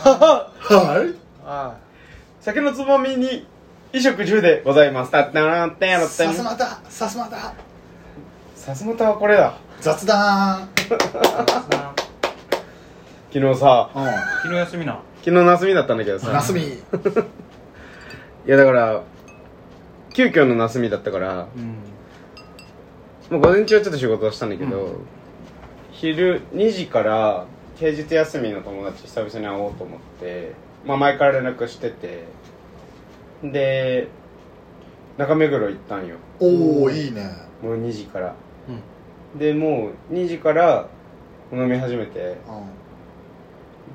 はいはい酒のつまみに衣食住でございますたったらってやろってさすまたさすまたさすまたはこれだ雑談昨日さう昨日休みな昨日夏みだったんだけどんさなすみいやだから急遽の夏みだったからうんもう午前中はちょっと仕事をしたんだけど、う昼2時から平日休みの友達久々に会おうと思って、まあ、前から連絡しててで中目黒行ったんよおおいいねもう2時からうんでもう2時から飲み始めてう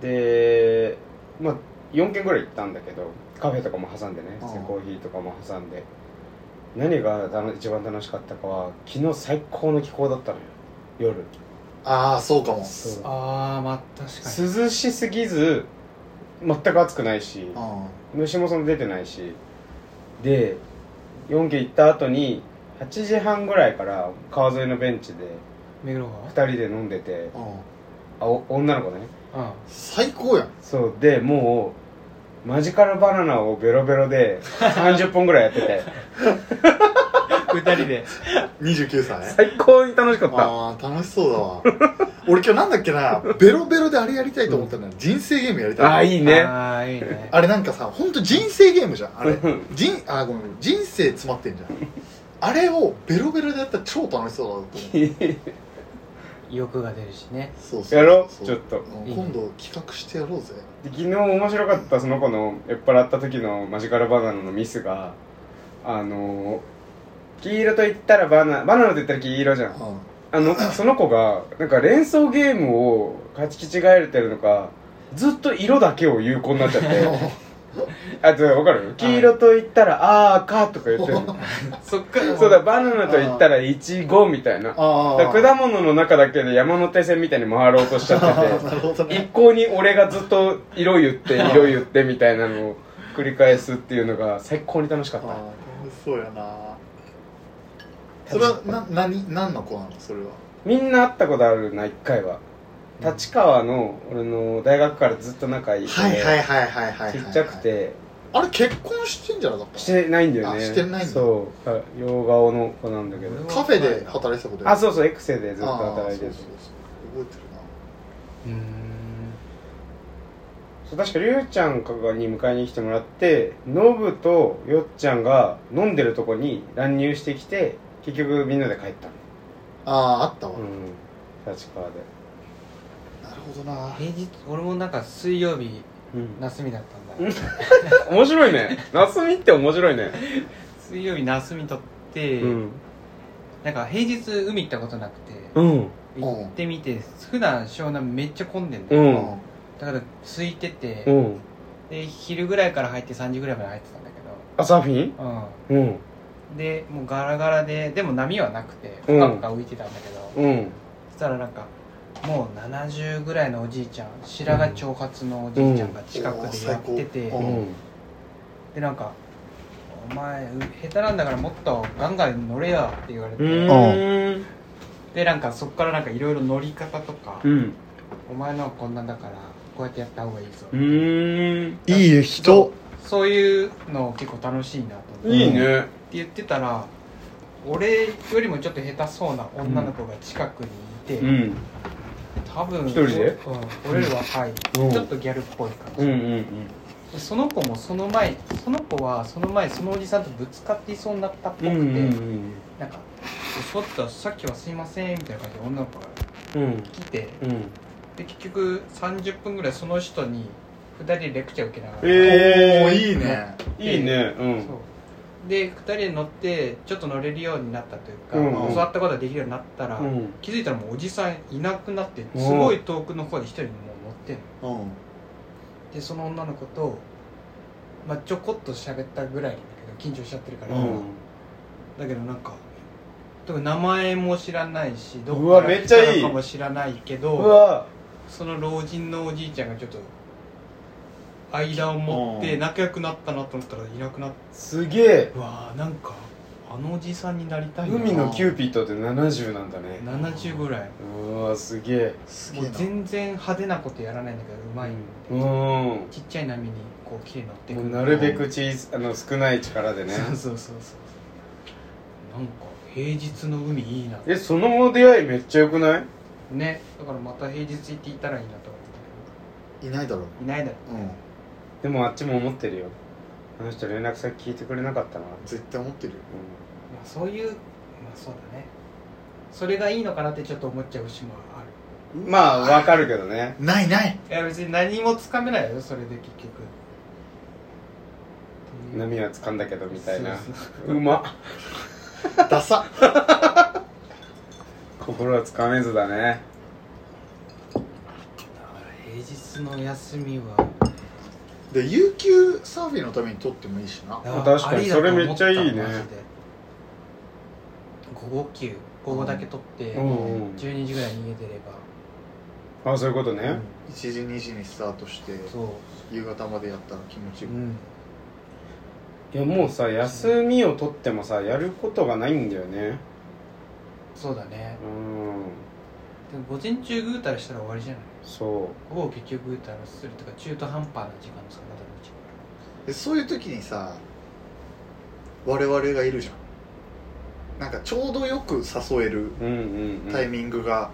でまあ4軒ぐらい行ったんだけどカフェとかも挟んでねうん普通にコーヒーとかも挟んで何が楽一番楽しかったかは昨日最高の気候だったのよ夜んああそうかもそうああまあ確かに涼しすぎず全く暑くないしう虫もそんな出てないしで4軒行った後に8時半ぐらいから川沿いのベンチで目黒2人で飲んでてんうんあお女の子ね川最高やんそうでもうマジカルバナナをベロベロで30本ぐらいやっててうん二人で29歳最高に楽しかったああ楽しそうだわ俺今日なんだっけなベロベロであれやりたいと思ったんだよ人生ゲームやりたい ああいいねああいいねあれなんかさ本当人生ゲームじゃんあれうん人あごめん人生詰まってんじゃんあれをベロベロでやったら超楽しそうだなと 思う欲が出るしねそうそうそうやろうちょっとうん今度企画してやろうぜで昨日面白かったその子の酔っ払った時のマジカルバナナのミスがあのー黄色と言ったらバナナバナナと言ったら黄色じゃん うあのその子がなんか連想ゲームを勝ち違えてるのかずっと色だけを有効になっちゃ ってあとわかる黄色と言ったら「あーか」とか言ってるのそっからそうだバナナと言ったらイチゴみたいなだかあら果物の中だけで山手線みたいに回ろうとしちゃってなるほどて一ね向に俺がずっと色言って色言ってみたいなのを繰り返すっていうのが最高に楽しかあっあた楽しそうやなそれはな何何の子なのそれはみんな会ったことあるな一回は立川の俺の大学からずっと仲いい子ではいはいはいはいはいはいちっちゃくてあれ結婚してんじゃなかったしてないんだよねあしてないんだそうあ洋顔の子なんだけど俺はカフェで働いてたことあずそうそうエクセでずっと働いてるそうそうそう覚えてるなうーんそう確かりゅうちゃんかがに迎えに来てもらってノブとよっちゃんが飲んでるとこに乱入してきて結局みんなで帰ったのあああったわ、うん立川でなるほどな平日俺もなんか水曜日うん休みだったんだ 面白いね夏みって面白いね水曜日休み取ってうんなんか平日海行ったことなくてうん行ってみて普段湘南めっちゃ混んでんうだようんだから空いててうんで昼ぐらいから入って3時ぐらいまで入ってたんだけあサーフィンどうんうんでもうガラガラででも波はなくてうふんかふか浮いてたんだけど、うんそしたらなんかもう70ぐらいのおじいちゃん白髪長髪のおじいちゃんが近くでやってて、うんおー最高うんでなんか「お前う下手なんだからもっとガンガン乗れよ」って言われて、うーんでなんかそっからなんかいろいろ乗り方とか、うんお前のはこんなんだからこうやってやった方がいいぞ」うーんいい人そういうの結構楽しいなと思って。いいねって言ってたら俺よりもちょっと下手そうな女の子が近くにいうて、ん多分一人でうん、俺より若い、うんちょっとギャルっぽい感じ、うんうでんその子もその前その子はその前そのおじさんとぶつかっていそうになったっぽうくんうて、んうんなんか「そったさっきはすいません」みたいな感じで女の子がうん来てうんで結局30分ぐらいその人に2人でレクチャー受けながら、えーおーいいねいいねうそんうで2人で乗ってちょっと乗れるようになったというか、うんうん教わったことができるようになったら、うん気づいたらもうおじさんいなくなっておすごい遠くの方で一人もう乗ってんのうんでその女の子と、まあ、ちょこっと喋ったぐらいなんだけど緊張しちゃってるから、うんだけどなんか特に名前も知らないしどうわこからめっ来ちゃいいたのかも知らないけうどわその老人のおじいちゃんがちょっと間を持ってうん仲良くなったなと思ったらいなくなってすげえうわーなんかああのおじさんになりたいな海のキューピットって70なんだね70ぐらいうわすげえすもげえうな全然派手なことやらないんだけどうまいんうんでもちっちゃい波にこう綺麗に乗ってくうるなるべく小さあの少ない力でねそうそうそうそうなんか平日の海いいなえその出会いめっちゃ良くないねだからまた平日行っていたらいいなと思っていないだろういないだろうんでもあっちも思ってるよあの人連絡先聞いてくれなかったなって、絶対思ってるようまあ、そういうまあそうだねそれがいいのかなってちょっと思っちゃう節もあるんまあわかるけどねないないいや別に何もつかめないよそれで結局波は掴んだけどみたいなそううまっダサ心は掴めずだねだから平日の休みはで有給サーフィンのために取ってもいいしなあ確かにありだと思それめっちゃいいねマジで午後休午後だけ取って、うんうん12時ぐらいに家出れば、あそういうことね、 1時2時にスタートしてそ夕方までやったら気持ちう、いうい、ん、いやもうさ休みを取ってもさやることがないんだよねそうだねうんでも午前中ぐうたらしたら終わりじゃないそ午後結局ぐうたらするとか中途半端な時間の使い方になっちゃでそういう時にさ我々がいるじゃんなんかちょうどよく誘えるううんうん、うん、タイミングが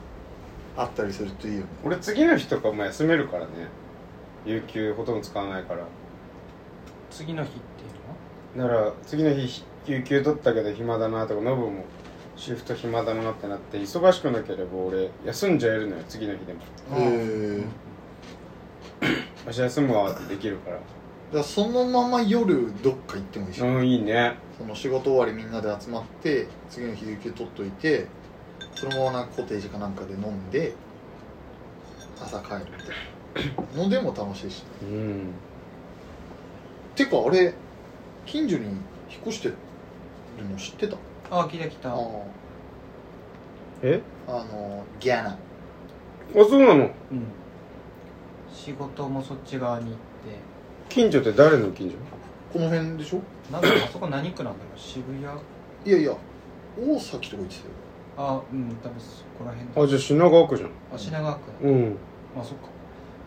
あったりするといいよね、俺次の日とかも休めるからね有給ほとんど使わないからう次の日っていうのはだから次の日有給取ったけど暇だなとかノブもシフト暇だなってなって忙しくなければ俺休んじゃえるのよ次の日でもうんへうんえ明日休むわってできるからだからそのまま夜どっか行ってもいいし、うんいいねその仕事終わりみんなで集まって次の日有給取っといてそのままなんかコテージかなんかで飲んで朝帰るみたいなのでも楽しいしうんてかあれ近所に引っ越してるの知ってたああ来た来たあうのえあのギャナあそうなのん仕事もそっち側に行って近所って誰の近所この辺でしょなんかあそこ何区なんだろう渋谷いやいや大崎とか言ってたよあうん多分そこら辺だあじゃあ品川区じゃんあ品川区だうんあそっか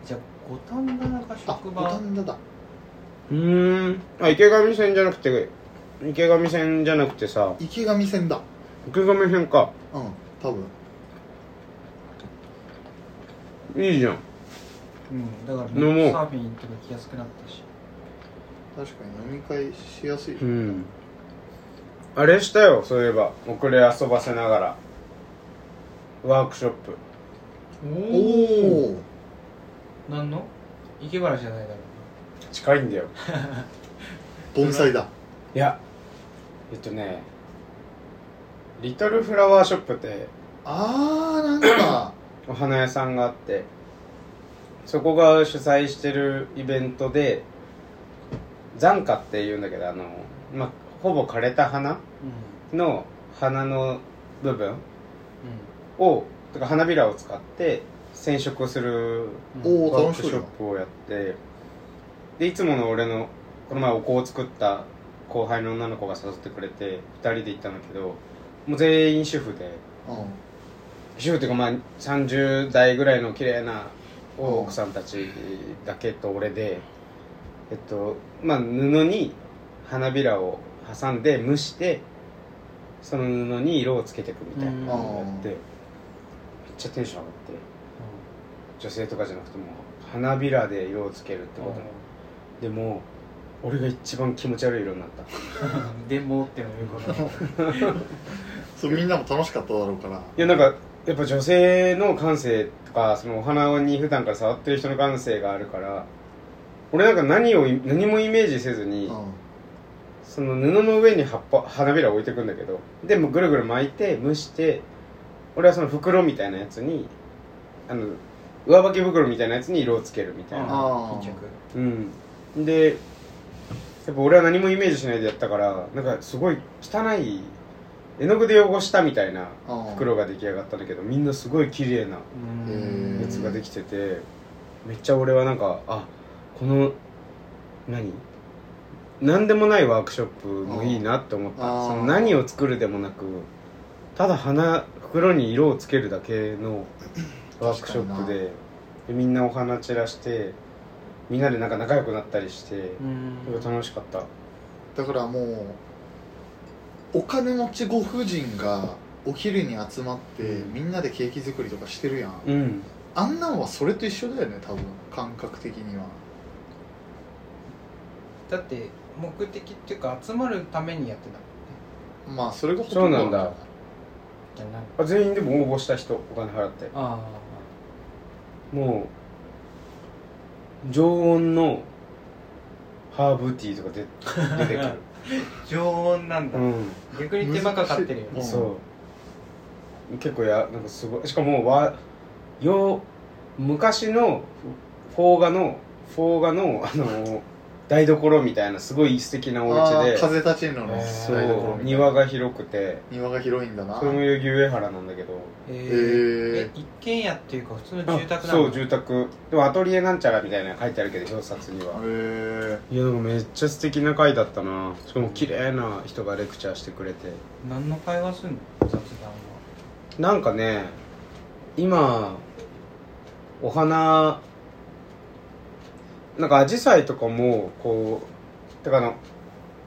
じゃあ五反田があ職五場反田だうーんあ池上線じゃなくて池上線じゃなくてさ池上線だ池上線かうん多分いいじゃんうんだからでもサーフィンとか行きやすくなったし確かに飲み会しやすい、うんあれしたよそういえば遅れ遊ばせながらワークショップおお何の池原じゃないだろ近いんだよ盆栽だいやえっとねリトルフラワーショップってあーなんかお花屋さんがあってそこが主催してるイベントで残花っていうんだけどあの、まあ、ほぼ枯れた花うの花の部分うをとか花びらを使って染色をするんうんおーワー楽しクシそうじョゃッんプをやってでいつもの俺のこの前お香を作った後輩の女の子が誘ってくれて2人で行ったんだけどもう全員主婦でう主婦っていうかまあ30代ぐらいの綺麗な奥さんたちだけと俺でえっとまあ布に花びらを挟んで蒸してその布に色をつけていくみたいなのをやってうめっちゃテンション上がって。女性とかじゃなくてもう花びらで色をつけるってことねでも俺が一番気持ち悪い色になったいうんでもってのよくわかんないそうみんなも楽しかっただろうからやなんかやっぱ女性の感性とかそのお花に普段から触ってる人の感性があるから俺なんか何を何もイメージせずに、うその布の上に葉っぱ花びらを置いてくんだけどでもうぐるぐる巻いて蒸して俺はその袋みたいなやつにあの上履き袋みたいなやつに色をつけるみたいなあー巾う着んでやっぱ俺は何もイメージしないでやったからなんかすごい汚い絵の具で汚したみたいなんうん袋が出来上がったんだけどみんなすごい綺麗なうんやつができててめっちゃ俺はなんかあこの何何でもないワークショップもいいなって思ったあーその何を作るでもなくただ花袋に色をつけるだけのワークショップででみんなお花散らしてみんなでなんか仲良くなったりしてうんすごい楽しかっただからもうお金持ちご婦人がお昼に集まって、うんみんなでケーキ作りとかしてるやん、うんあんなんはそれと一緒だよね多分感覚的にはだって目的っていうか集まるためにやってたもんねまあそれがほそとうんどなんだじゃないあ全員でも応募した人お金払ってあもう常温のハーブティーとか 出出てくるあ常温なんだ、う逆に手間かかってるよ難んしねいそう結構やなんかすごいしかも和よ昔のフォーガのフォーガのあの台所みたいなすごい素敵なおあ家ーで風立ちぬのえーそ台所みたいうな庭が広くて庭が広いんだなそれも代々木上原なんだけどええーえー、一軒家っていうか普通のあ住宅なそのう住宅でもアトリエなんちゃらみたいなの書いてあるけど表札にはえいやなんかめっちゃ素敵な回だったなしかも綺麗な人がレクチャーしてくれて何の会話すんの雑談はなんかね今お花なんかアジサイとかもこうてかあの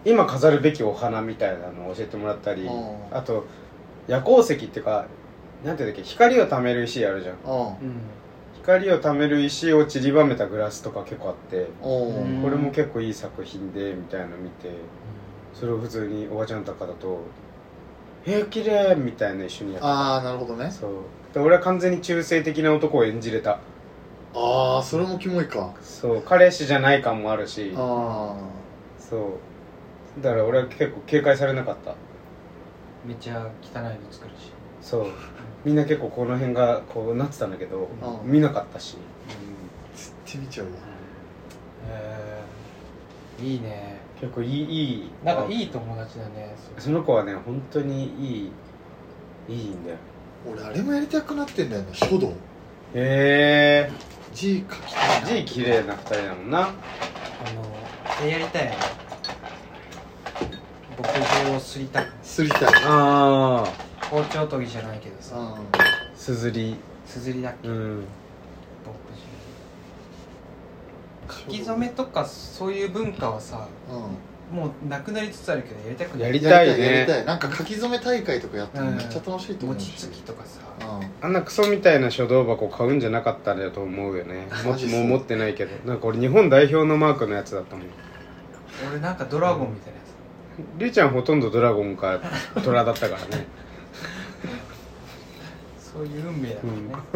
今飾るべきお花みたいなのを教えてもらったりうんあと夜光石っていうかなんていうんだっけ光を貯める石あるじゃんー、あうん光を貯める石を散りばめたグラスとか結構あってあおーうんこれも結構いい作品でみたいなの見てそれを普通におばちゃんとかだと「えー、綺麗みたいな一緒にやってああなるほどねそうで俺は完全に中性的な男を演じれたああそれもキモいかそう彼氏じゃない感もあるしあそうだから俺は結構警戒されなかっためっちゃ汚いの作るしそうみんな結構この辺がこうなってたんだけどあ見なかったし、あ絶対見ちゃうわえー、いいね結構いいいいなんかいいい友達だねその子はね本当にいいいいんだよ俺あれもやりたくなってんだよね書道へえ字書きたいな字綺麗な二人だもんなあのあれやりたいな牧場をすりたくすりたいああ包丁研ぎじゃないけどさあすずりすずりだっけうん牧場書き初めとかそういう文化はさうもうなくなりつつあるけどやりたくないやりんやたりたいいやりねたいなんか書き初め大会とかやったらめっちゃ楽しいと思う餅しつきとかさうあんなクソみたいな書道箱買うんじゃなかったんだと思うよ ねもマジっすもう持ってないけどなんか俺日本代表のマークのやつだったもん俺なんかドラゴンみたいなやりゅうちゃんほとんどドラゴ ンか虎だったからねつそういう運命だか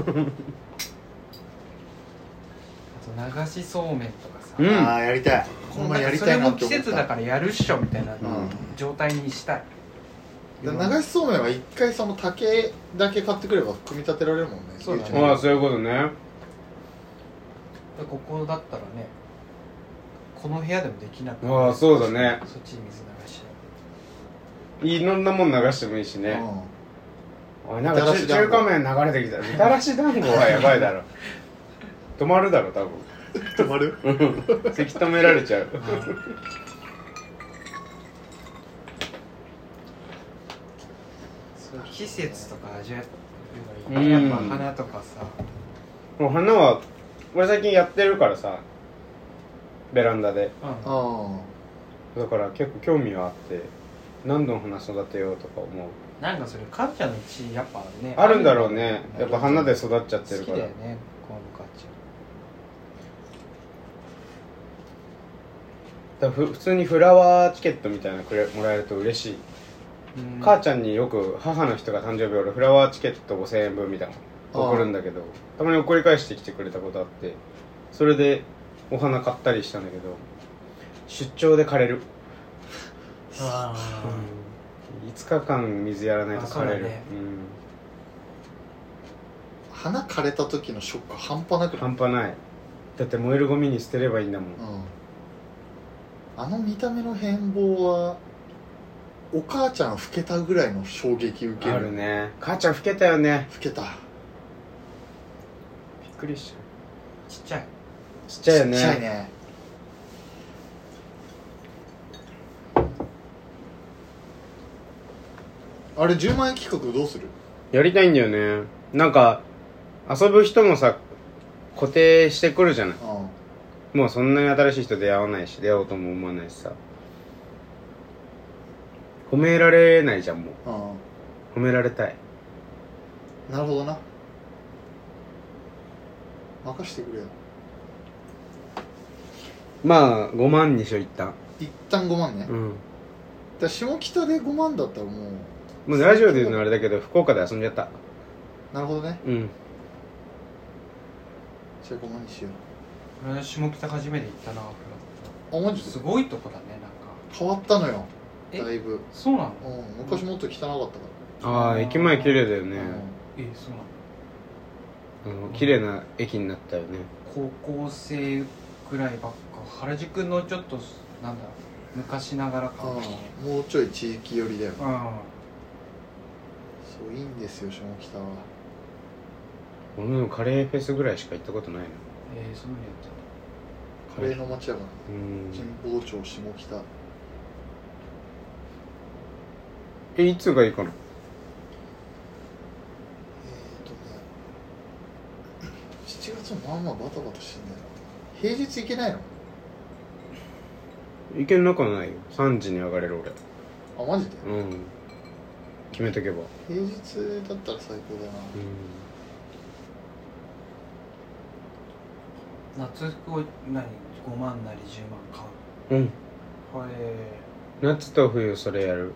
らね、 あと流しそうめんとかさ、うんんああやりたいほんまやりたいなってそ思っれも季節だかたらやるっしょみたいなうん状態にしたい、流しそうめんは一回その竹だけ買ってくれば組み立てられるもんねそうだねゆちゃんああそういうことねでここだったらねこの部屋でもできなくああそうだねそっちに水流しいろんなもん流してもいいしね、おいなんかみたら中し団中子華麺流れてきたみたらし団子 はやばいだろ止まるだろ多うん止まる分せき止められちゃう合うそう季節とか味わえるのがいいねうんやっぱ花とかさもう花は俺最近やってるからさベランダでうんあだから結構興味はあって何度の花育てようとか思うなんかそれ母ちゃんの血やっぱねあるんだろうねやっぱ花で好育っちゃってるきかだらよねこの母ちだからふ普通にフラワーチケットみたいなのくれもらえると嬉しい、ゃんうん母ちゃんによく母の人が誕生日俺フラワーチケット5000円分みたいなああの送るんだけどたまに送り返してきてくれたことあってそれでお花買ったりしたんだけど出張で枯れる、あ5日間水やらないと枯れるあそうだねあ花枯れた時のショック半端なうくないん、半端ないだって燃えるゴミに捨てればいいんだもんうんあの見た目の変貌はお母ちゃん老けたぐらいの衝撃受けあるね母ちゃん老けたよね老けたびっくりしちゃうーちちっっちゃいちゃいよちっちゃいねあれ10万円企画どうするやりたいんだよねなんか遊ぶ人もさ固定してくるじゃないあもうそんなに新しい人出会わないし出会おうとも思わないしさ褒められないじゃんもうああ褒められたいあなるほどな任してくれよまあ5万にしよう一旦一旦5万ね、だうかんら下北で5万だったらもうもうラジオで言うのあれだけど福岡で遊んじゃったなるほどねうんじゃあ5万にしよう俺下北初めて行ったなあマジですごいとこだねなんか変わったのよえだいぶ、そうなうのん、昔もっと汚かったから、ああ駅前綺麗だよねええそうなのあの綺麗な駅になったよね高校生ぐらいばっか原宿のちょっとなんだろう昔ながらうん感あねあもうちょい地域寄りだようんそういいんですよ下北は俺のカレーフェスぐらいしか行ったことないなえー、そういうのやってたカレーの街やからう神ん保町下北えいつがいいかなえー、とね7月もまあまあバタバタしてんだよな平日行けないの行けなくはないよ3時に上がれるあマジで俺うん決めとけば平日だったら最高だなうん夏服を何5万なり10万買ううんこれ夏と冬それやる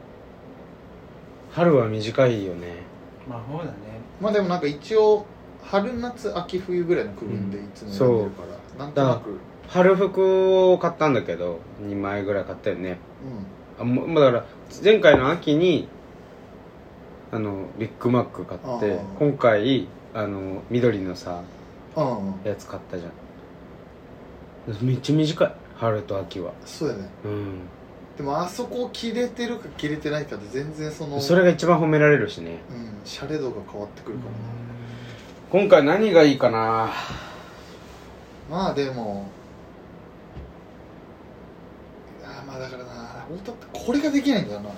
春は短いよねまあそうだねまあでもなんか一応春夏秋冬ぐらいの区分でいつもやってるから、なんとなく春服を買ったんだけど2枚ぐらい買ったよねうあももうだから前回の秋にあのビッグマック買ってあー今回あの緑のさんうん、うん、やつ買ったじゃんめっちゃ短い春と秋はそうやねうんでもあそこ切れてるか切れてないかで全然そのそれが一番褒められるしねうんシャレ度が変わってくるからね、今回何がいいかなまあでもああまあだからな太田ってこれができないんだよな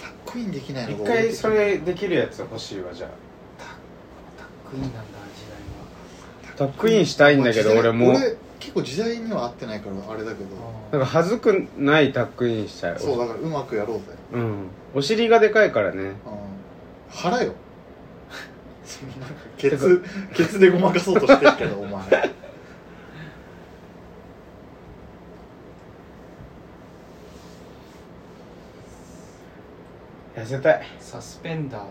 タックインできないの一が回それできるやつ欲しいわじゃあタックインなんだ時代はタックインしたいんだけどまあ俺も俺結構時代には合ってないからあれだけどなんか恥ずくないタックインしたいそうだからうまくやろうぜうんお尻がでかいからねうん腹 よそのなんかケツケツでごまかそうとしてるけ どお前痩せたいサスペンダーとか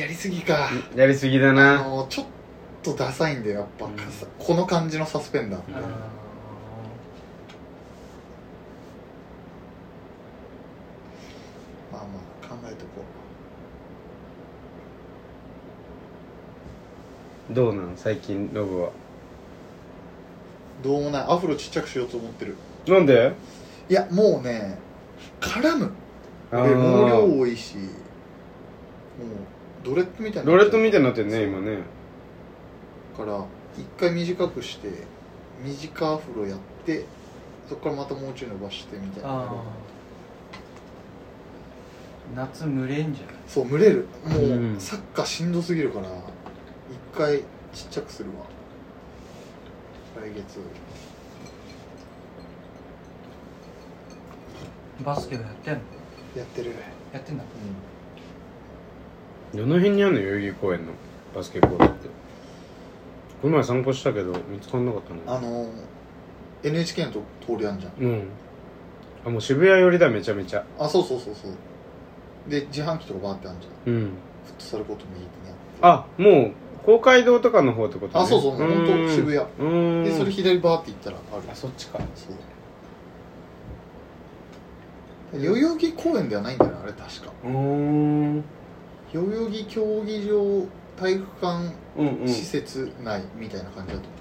やりすぎかやりすぎだあなのちょっとダサいんだよやっぱ、うんこの感じのサスペンダーうんあのーまあまあ考えとこどうなん最近ロブはうどうもないアフロちっちゃくしようと思ってるなんでいやもうね絡むあ俺毛量ー多いしもうドレッドみたいにロなっレちッゃトう見てなってるね今ねから一回短くして短アフロやってそこからまたもうちょい伸ばしてみたいなあー夏蒸れんじゃんそう蒸れるもう、うんサッカーしんどすぎるから一回ちっちゃくするわ来月バスケをやってんのやってるやってんだうどの辺にあるの代々木公園のバスケコートってこの前散歩したけど見つかんなかったねんあの NHK のと通りあんじゃんうんあもう渋谷寄りだめちゃめちゃあそうそうそうそうで自販機とかバーってあんじゃんうんフットサルコート右手にあってあもう公会堂とかの方ってことねあそうそう本当渋谷谷うんでそれ左バーって行ったらあるあそっちかそう代々木公園ではないんだよなあれ確かうーん代々木競技場体育館うんうん施設内みたいな感じだと思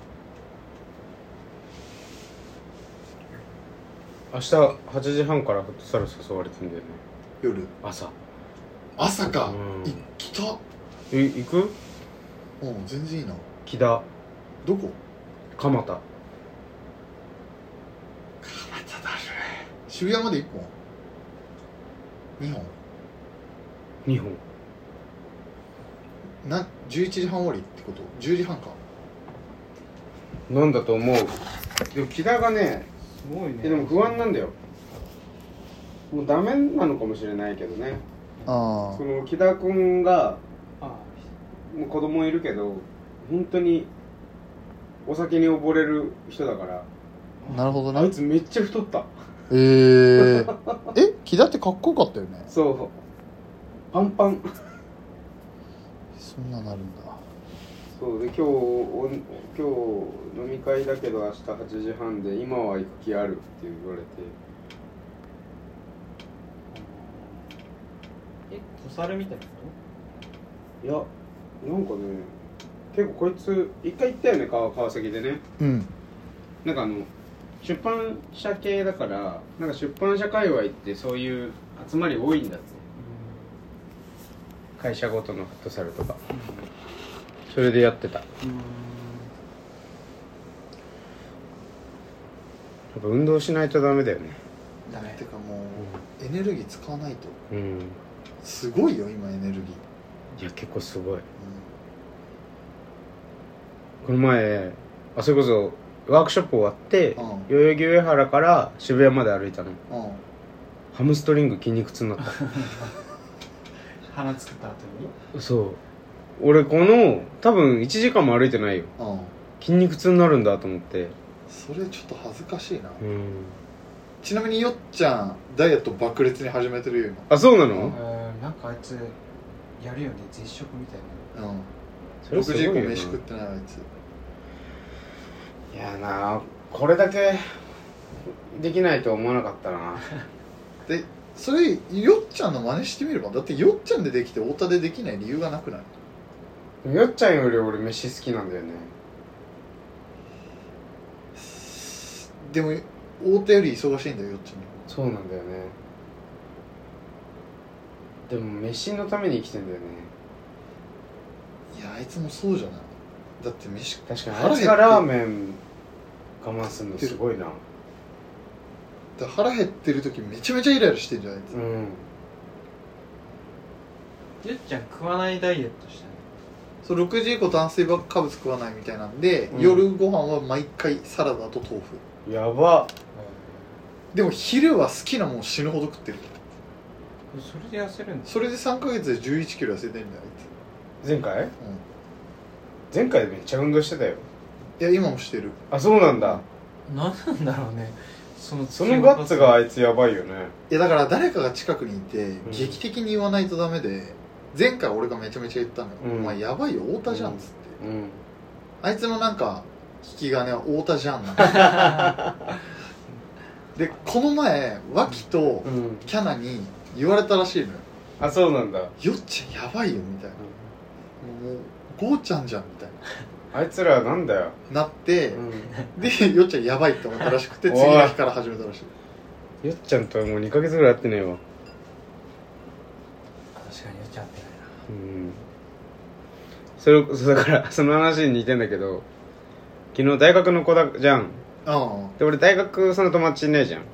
明日8時半からフットサル誘われてんだよねう、夜朝朝か、うん行きたえ行くうん全然いいな木田どこ蒲田渋谷まで一本2本2本な11時半終わりってこと10時半かなんだと思うでも木田がねすごいねでも不安なんだよもうダメなのかもしれないけどねあその木田君があもう子供いるけど本当にお酒に溺れる人だからなるほどあいつめっちゃ太ったえー、 え木田ってかっこよかったよねそうパンパンそんななるんだそうで今日お今日飲み会だけど明日8時半で今は行く気あるって言われてえお猿みたいなこいやなんかね結構こいつ一回行ったよね川川崎でねうんなんかあの出版社系だからなんか出版社界隈ってそういう集まり多いんだって会社ごとのフットサルとかそれでやってたやうんうんっぱ運動しないとダメだよねだねてかもうエネルギー使わないとうんすごいよ今エネルギー、いや結構すごいこの前あそれこそワークショップ終わって、うん代々木上原から渋谷まで歩いたのうんうんハムストリング筋肉痛になった鼻作った後にそう俺この多分1時間も歩いてないようん筋肉痛になるんだと思ってそれちょっと恥ずかしいな、うんちなみによっちゃんダイエット爆裂に始めてるよあそうなの、うんうんなんかあいつやるよね絶食みたい今、うん、そ6れすごい時以よ降な飯食ってないあいついやなこれだけできないと思わなかったなでそれよっちゃんの真似してみればだってよっちゃんでできて太田でできない理由がなくないよっちゃんより俺飯好きなんだよねでも太田より忙しいんだよよっちゃんのそうなんだよねでも飯のために生きてんだよねいやあいつもそうじゃないだって飯確かに腹減あいっつてがラーメン我慢するのすごいなだ腹減ってる時めちゃめちゃイライラしてんじゃないあいつうんゆっちゃん食わないダイエットしたねそう6時以降炭水化物食わないみたいなんで、うん夜ご飯は毎回サラダと豆腐やばでも昼は好きなもん死ぬほど食ってるなそれで痩せるんですそれで3ヶ月で1 1キロ痩せてんだよあ前いつ、回うん前回めっちゃ運動してたよいや今もしてるあそうなんだ何なんだろうねそのそのガッツがあいつやばいよねいやだから誰かが近くにいてん劇的に言わないとダメで前回俺がめちゃめちゃ言ったのよ、うんお前やばいよ太田じゃんっつって、うんあいつのなんか引き金は太田じゃんなんだよでこの前脇とうんキャナに言われたらしいのよあそうなん「だよっちゃんやばいよ」みたいな「もうゴーちゃんじゃん」みたいあいつらなんだよ、ななってう、んでよっちゃんやばいって思ったらしくておい次の日から始めたらしいよっちゃんとはもう2ヶ月ぐらい会ってねえわ確かにやっちゃってないなうんそれそうだからその話に似てんだけど昨日大学の子だじゃんうんうんで俺大学その友達いねえじゃんう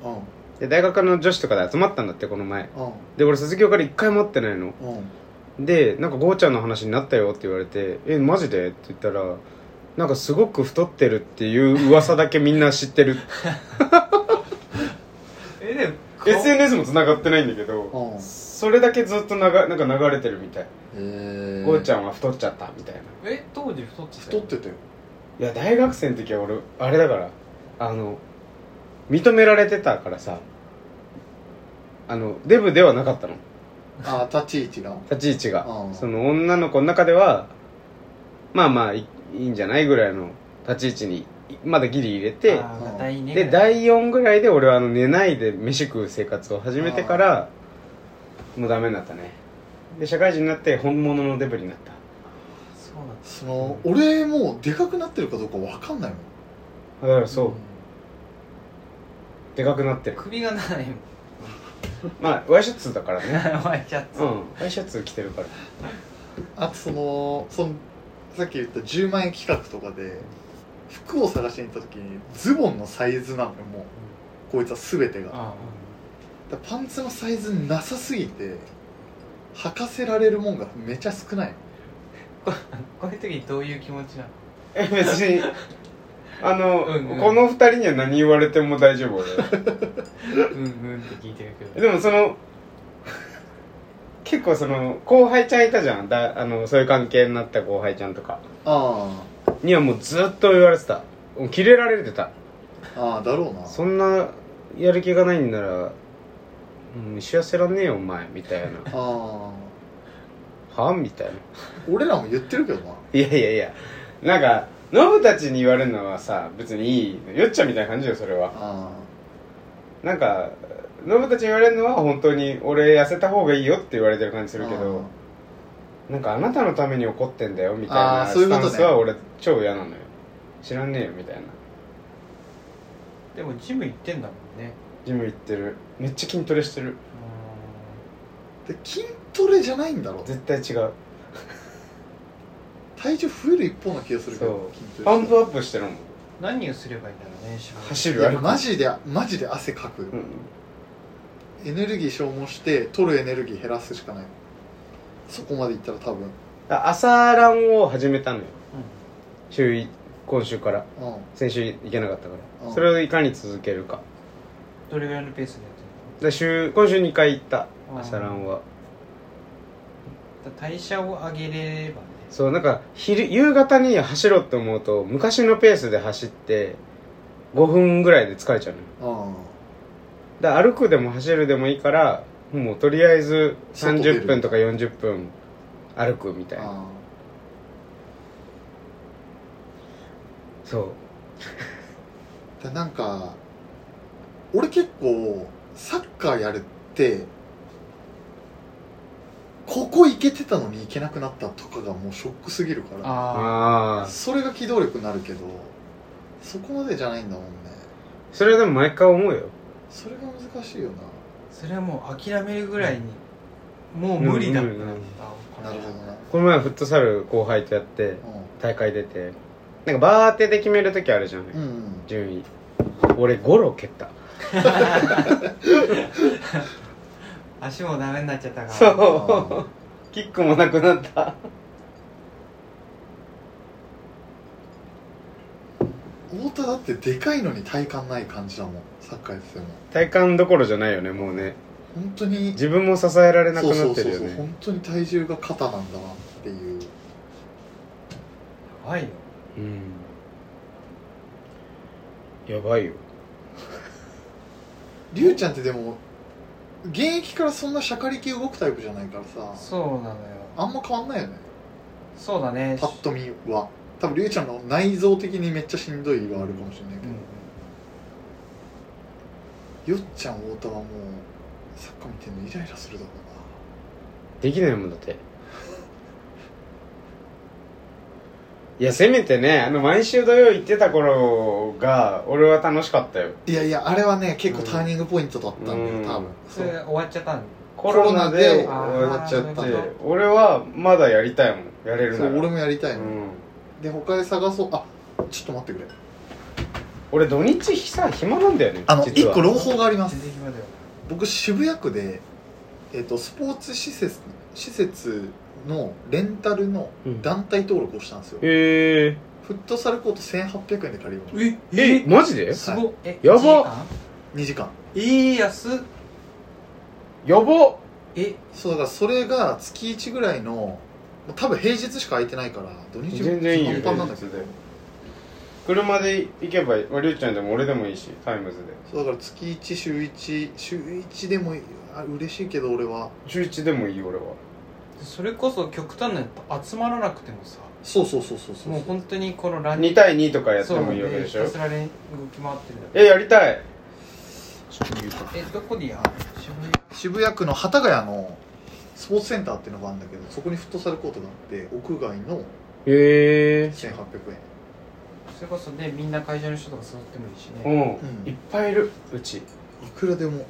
で大学の女子とかで集まったんだってこの前んで俺卒業から1回も会ってないのうんでなんかゴーちゃんの話になったよって言われて「えマジで?」って言ったらなんかすごく太ってるっていう噂だけみんな知ってるえでも SNS も繋がってないんだけど、うんそれだけずっと流なんか流れてるみたい、えゴーちゃんゃんは太っちゃったみたいなえ当時太ってた太よってたよいや大学生の時は俺あれだからあの認められてたからさあのデブではなかったのああ立ち位置が立ち位置がうんその女の子の中ではまあまあいいいんじゃないぐらいの立ち位置にまだギリ入れてあー大ねで第4ぐらいで俺はあの寝ないで飯食う生活を始めてからもうダメになったねで社会人になって本物のデブになったそうなそんだの俺もうでかくなってるかどうかわかんないもんあだからそう、でかくなってる首がない もんまあワイシャツだから ねワイシャツうんワイシャツ着てるからあとそのそのさっき言った10万円企画とかで服を探しに行った時にズボンのサイズなのよもうこいつは全てがあだからパンツのサイズなさすぎて履かせられるもんがめちゃ少ないこういう時にどういう気持ちなのえ別にあの、うんうんこの二人には何言われても大丈夫う俺んうんって聞いてるけどでもその 結構その後輩ちゃんいたじゃんだあのそういう関係になった後輩ちゃんとかあにはもうずっと言われてたもうキレられてたあああだろうなそんなやる気がないんなら、うん、一緒やせらんねえよお前みたいな あはみたいなあ俺らも言ってるけどないやいやいやなんかノブたちに言われるのはさ別にいいよっちゃんみたいな感じよそれはあなんかノブたちに言われるのは本当に俺痩せた方がいいよって言われてる感じあするけどなんかあなたのために怒ってんだよみたいあーなそういスうこタとねンスは俺超嫌なのよ知らんねえよみたいなでもジム行ってんだもんねジム行ってるめっちゃ筋トレしてるで筋トレじゃないんだろう絶対違う体重増える一方な気がするけどそう筋トレパンプアップしてるもん何をすればいいんだろうね自分走いるや歩くマジでマジで汗かくよ、うんエネルギー消耗して取るエネルギー減らすしかないそこまでいったら多分あ朝ランを始めたのよう週い今週からうん先週行けなかったかうらんそれをいかに続けるかんどれぐらいのペースでやってで週今週2回行ったうん朝ランはるのだ代謝を上げればねそうなんか昼夕方に走ろうって思うと昔のペースで走って5分ぐらいで疲れちゃうのようんで歩くでも走るでもいいからもうとりあえず外出る30分とか40分歩くみたいなあそーでなんか俺結構サッカーやるってここ行けてたのに行けなくなったとかがもうショックすぎるからうあああそれが機動力になるけどそこまでじゃないんだもんねそれはでも毎回思うよそれが難しいよそれはもう諦めるぐらいにもう無理だってなっなたなるほどな、この前フットサル後輩とやってう大会出てなんかバーってで決める時あるじゃない、ん、うんうん順位俺ゴロ蹴った足もダメになっちゃったからそう あキックもなくなった太田だってでかいのに体幹ない感じだもんサッカーやってても体感どころじゃないよねもうね本当に自分も支えられなくそうそなっうてそうるよそうね本当に体重が肩なんだなっていう怖いようんやばいよりゅうちゃんってでも現役からそんなしゃかりき動くタイプじゃないからさそうなのよあんま変わんないよねそうだねパッと見は多分りゅうちゃんの内臓的にめっちゃしんどいはあるかもしれないうけど、んよっちゃん太田はもうサッカー見てるのイライラするだろできないもんだっていやせめてねあの毎週土曜行ってた頃が俺は楽しかったようないやいやあれはね結構ターニングポイントだったんだよ、うん多分それ終わっちゃったんコロナで終わっちゃっコロナであーて俺はまだやりたいもんやれるそなうら俺もやりたいの、うん、で他で探そうあちょっと待ってくれ俺土日さ暇なんだよねあの実一は個朗報があります全然暇だよ僕渋谷区で、えっとスポーツ施設施設のレンタルの団体登録をしたんですよ、へえフットサルコート1800円で借りるのええマジでえすごっえやば一時間2時間いい安っやばえそうだからそれが月1ぐらいのもう多分平日しか空いてないから土日全然いいよパンパンなんだけど平日車で行けばいいまありゅうちゃんでも俺でもいいしタイムズでそうだから月1週1週1でもいいあ嬉しいけど俺は中1でもいいよ俺はそれこそ極端なやつ集まらなくてもさそうそうそうそうそうもう本当にこのランニン2グ対2とかやってもいいわけでしそうょひたすらね動き回ってるだけえやりたいちょっと見るかえどこでやん渋谷渋谷区の幡ヶ谷のスポーツセンターっていうのがあるんだけどそこにフットサルコートがあって屋外のへえ1800円それこそねみんな会場の人とか揃ってもいいしうねん、うんいっぱいいるうちいくらでもうん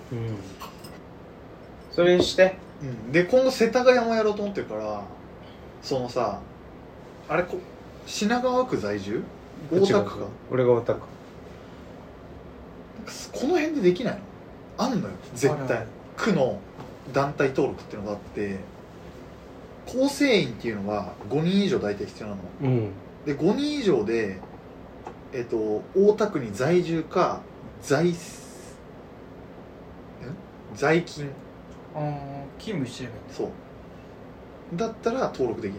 それにしてうん、で今後世田谷もやろうと思ってるからそのさあれこ品川区在住大田区か俺が大田区なんかすこの辺でできないのあんのよ絶対区の団体登録っていうのがあって構成員っていうのが5人以上大体必要なのうんで5人以上で、えっと、大田区に在住か在すん在勤あー勤務してればいいんだそうだったら登録できる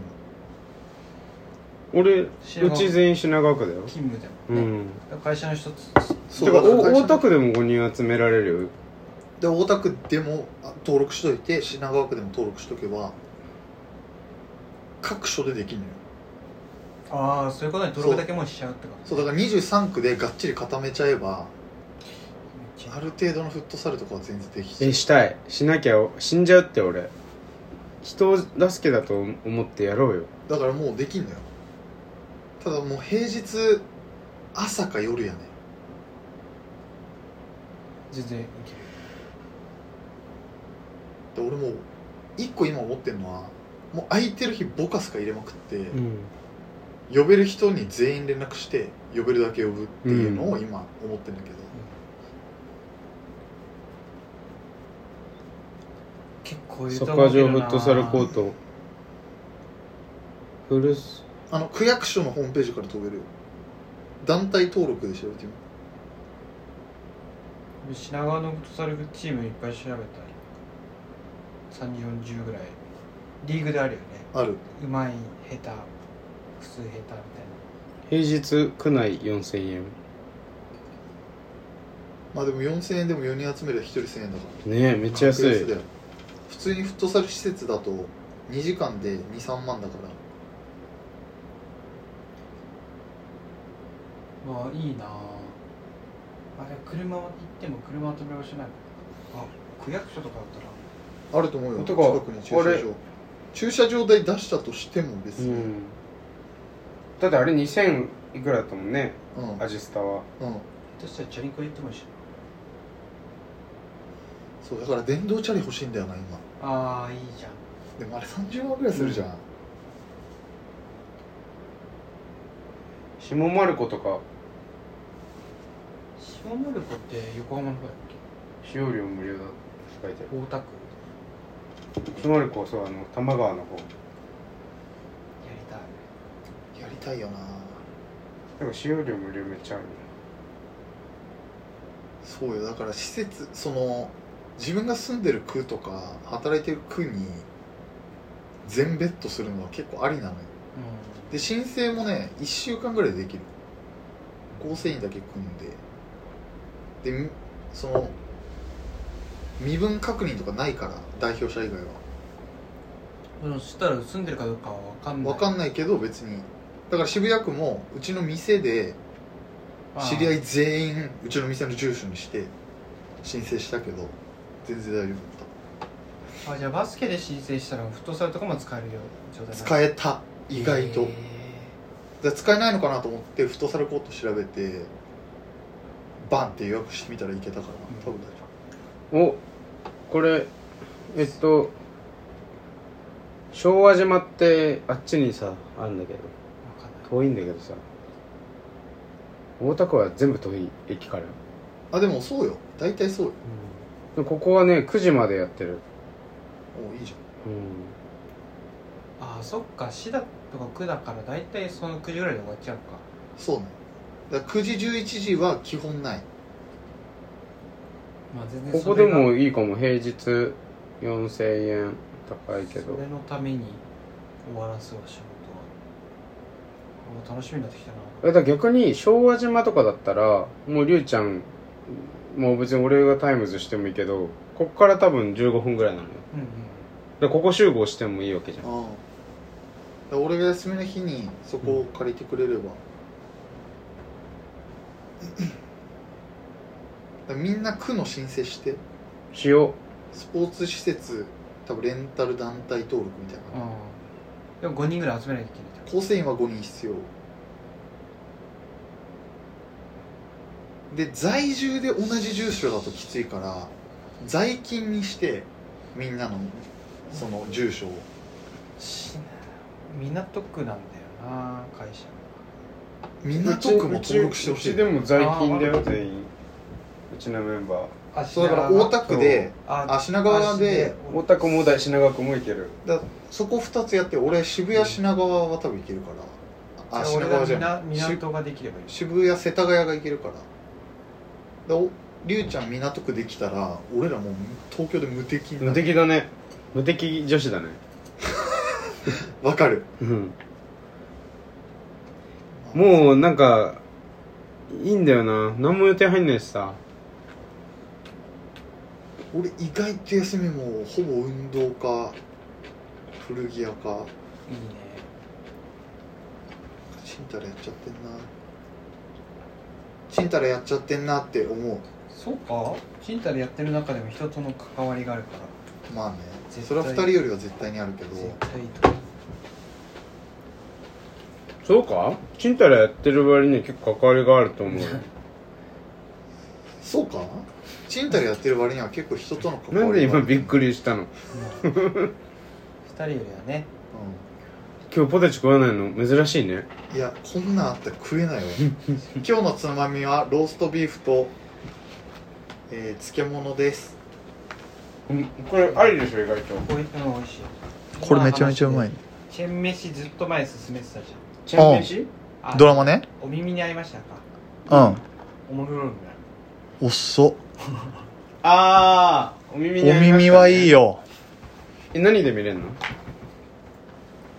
俺う品川ち全員品川区だよ勤務でもうね、ん会社の一つそてうかおだから大田区でも5人集められるよで大田区でもあ登録しといて品川区でも登録しとけば各所でできるのよああそういうことに登録だけもうしちゃうってこそうだから23区でがっちり固めちゃえばとある程度のフットサルとかは全然できちゃえうしたいしなきゃ死んじゃうって俺人助けだと思ってやろうよだからもうできんのよただもう平日朝か夜やね全然いけるで俺もう一個今思ってるのはもう空いてる日ボカスカ入れまくって、ん呼べる人に全員連絡して呼べるだけ呼ぶっていうのを今思ってるんだけど、結構いサうとッこカー場動フけるなットサルコートフルスあの区役所のホームページから飛べるよ団体登録で調べてみる品川のフットサルチームいっぱい調べたり3040ぐらいリーグであるよねあるうまい下手普通下手みたいな平日区内4000円まあでも4000円でも4人集めれば1人1000円だからねえめっちゃ安格い安だよ普通にフットサル施設だと2時間で23万だからまあいいなああれ車は行っても車は止め場所ないあ区役所とかだったらあると思うよてか近くに駐あ車れ場駐車場代出したとしても別うに、んだってあれ2000いくらだったもんねうんうんアジスタは下手したらチャリンコ行ってもいいしそうだから電動チャリ欲しいんだよな今ああいいじゃんでもあれ30万ぐらいするじゃん、下丸子とか下丸子って横浜の方やっ使用料無料だって書いてあけ大田区る下丸子はそうあの多摩川の方やりたいやりたいよななんか使用料無料めっちゃあるそうよだから施設その自分が住んでる区とか働いてる区に全ベッドするのは結構ありなのよで申請もね1週間ぐらいでできる構成員だけ組んででみその身分確認とかないから代表者以外はうんでもそしたら住んでるかどうかは分かんない分かんないけど別にだから渋谷区もうちの店で知り合いい全員うちの店の住所にして申請したけど全然大丈夫だったあじゃあバスケで申請したらフットサルとかも使えるよう状態使ええた意外と、で使えないのかなと思ってフットサルコート調べてバンって予約してみたらいけたから多分大丈のおこれえっと昭和島ってあっちにさあるんだけど分かんない遠いんだけどさ大田区は全部遠い駅から、夫あでもそうよ大体そうよでここはね9時までやってるおいいじうんああそっか市だとか区だから大体その9時ぐらいで終わっちゃうかゃんそうねだから9時11時は基本ないまあ全然ここでもいいかも平日4000円高いけどそれのために終わらすわ仕事はもう楽しみになってきたえなだから逆に昭和島とかだったらもうりゅうちゃんもう別に俺がタイムズしてもいいけどこっから多分15分ぐらいなのようんうんでここ集合してもいいわけじゃんうんだから俺が休みの日にそこを借りてくれれば、 だからみんな区の申請してしよスポーツ施設多分レンタル団体登録みたいな、ああでも5人ぐらい集めなきゃいけない構成員は5人必要で在住で同じ住所だときついから在勤にしてみんなのその住所をし港区なんだよな会社みうんな特も登録してほしうちいでも在勤だあよー全員うちのメンバーあそうだから大田区でああ品川で足大田区もだし品川区も行けるだそこ2つやって俺渋谷品川は多分行けるからあじゃあ品俺川じゃがなみいなし港ができればいい渋谷世田谷が行けるからだおりゅうちゃん港区できたら俺らもう東京で無敵になる無敵だね無敵女子だねわかるうんもうなんかいいんだよな何も予定入んないしさ俺意外と休みもほぼ運動か古着屋かいいねチンタラやっちゃってんなチンタラやっちゃってんなって思うそうかチンタでやってる中でも人との関わりがあるからまあね絶対それは2人よりは絶対にあるけど絶対いいと思うそうかチンタラやってる割には結構関わりがあると思うよそうかチンタラやってる割には結構人との関わりがなんで今びっり、くりしたの二人よりはね今日ポテチ食わないの珍しいねうん、いやこんなんあったら食えないわ今日のつまみはローストビーフと、えー漬物ですうんこれありでしょ意外とおいうん美味しいねチェン飯ずっと前進めてたじチェン飯ゃんあマねお耳に合いましたかうん面白いねおっそああお耳に合ましたねよえ何で見れんの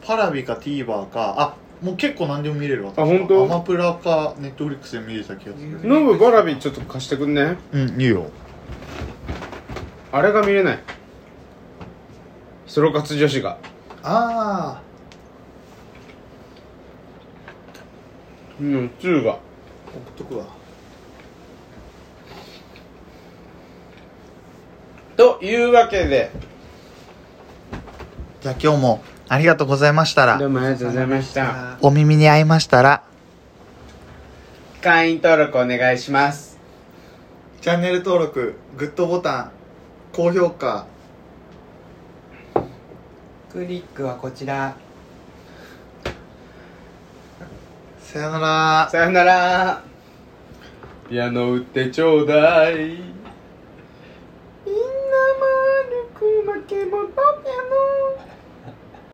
パラビか TVer かあもう結構何でも見れるわあ本当アマプラか Netflix で見れた気がするうんノブバラビちょっと貸してくんねうんいいよあれが見れないソロ活女子がああうん2が送っとくわというわけでじゃあ今日もありがとうございましたどうもありがとうございましたお耳に合いましたら会員登録お願いしますチャンネル登録グッドボタン高評価クリックはこちらさよならさよならピアノ売ってちょうだいみんな丸く負けもピアノ